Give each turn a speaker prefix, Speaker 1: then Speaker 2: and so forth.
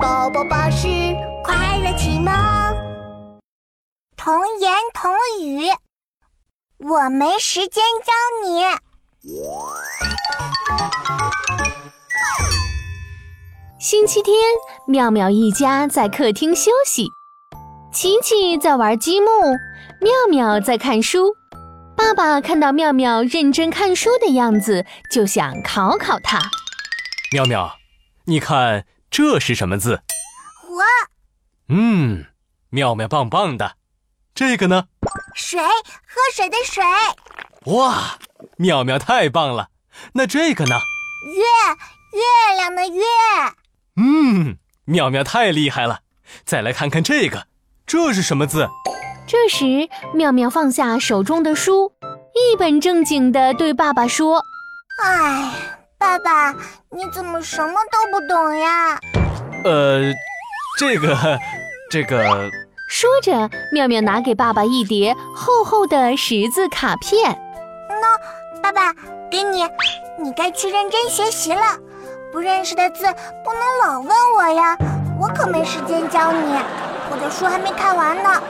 Speaker 1: 宝宝巴士快乐启蒙，
Speaker 2: 童言童语，我没时间教你。
Speaker 3: 星期天，妙妙一家在客厅休息，琪琪在玩积木，妙妙在看书。爸爸看到妙妙认真看书的样子，就想考考她。
Speaker 4: 妙妙，你看这是什么字？
Speaker 2: 我
Speaker 4: 嗯，妙妙棒棒的。这个呢？
Speaker 2: 水，喝水的水。
Speaker 4: 哇，妙妙太棒了。那这个呢？
Speaker 2: 月，月亮的月。
Speaker 4: 嗯，妙妙太厉害了。再来看看这个，这是什么字？
Speaker 3: 这时，妙妙放下手中的书，一本正经地对爸爸说
Speaker 2: 哎，爸爸，你怎么什么都不懂呀？
Speaker 4: 呃，这个，这个，：“
Speaker 3: 说着，妙妙拿给爸爸一叠厚厚的识字卡片。
Speaker 2: 爸爸，给你，你该去认真学习了。不认识的字不能老问我呀，我可没时间教你。我的书还没看完呢，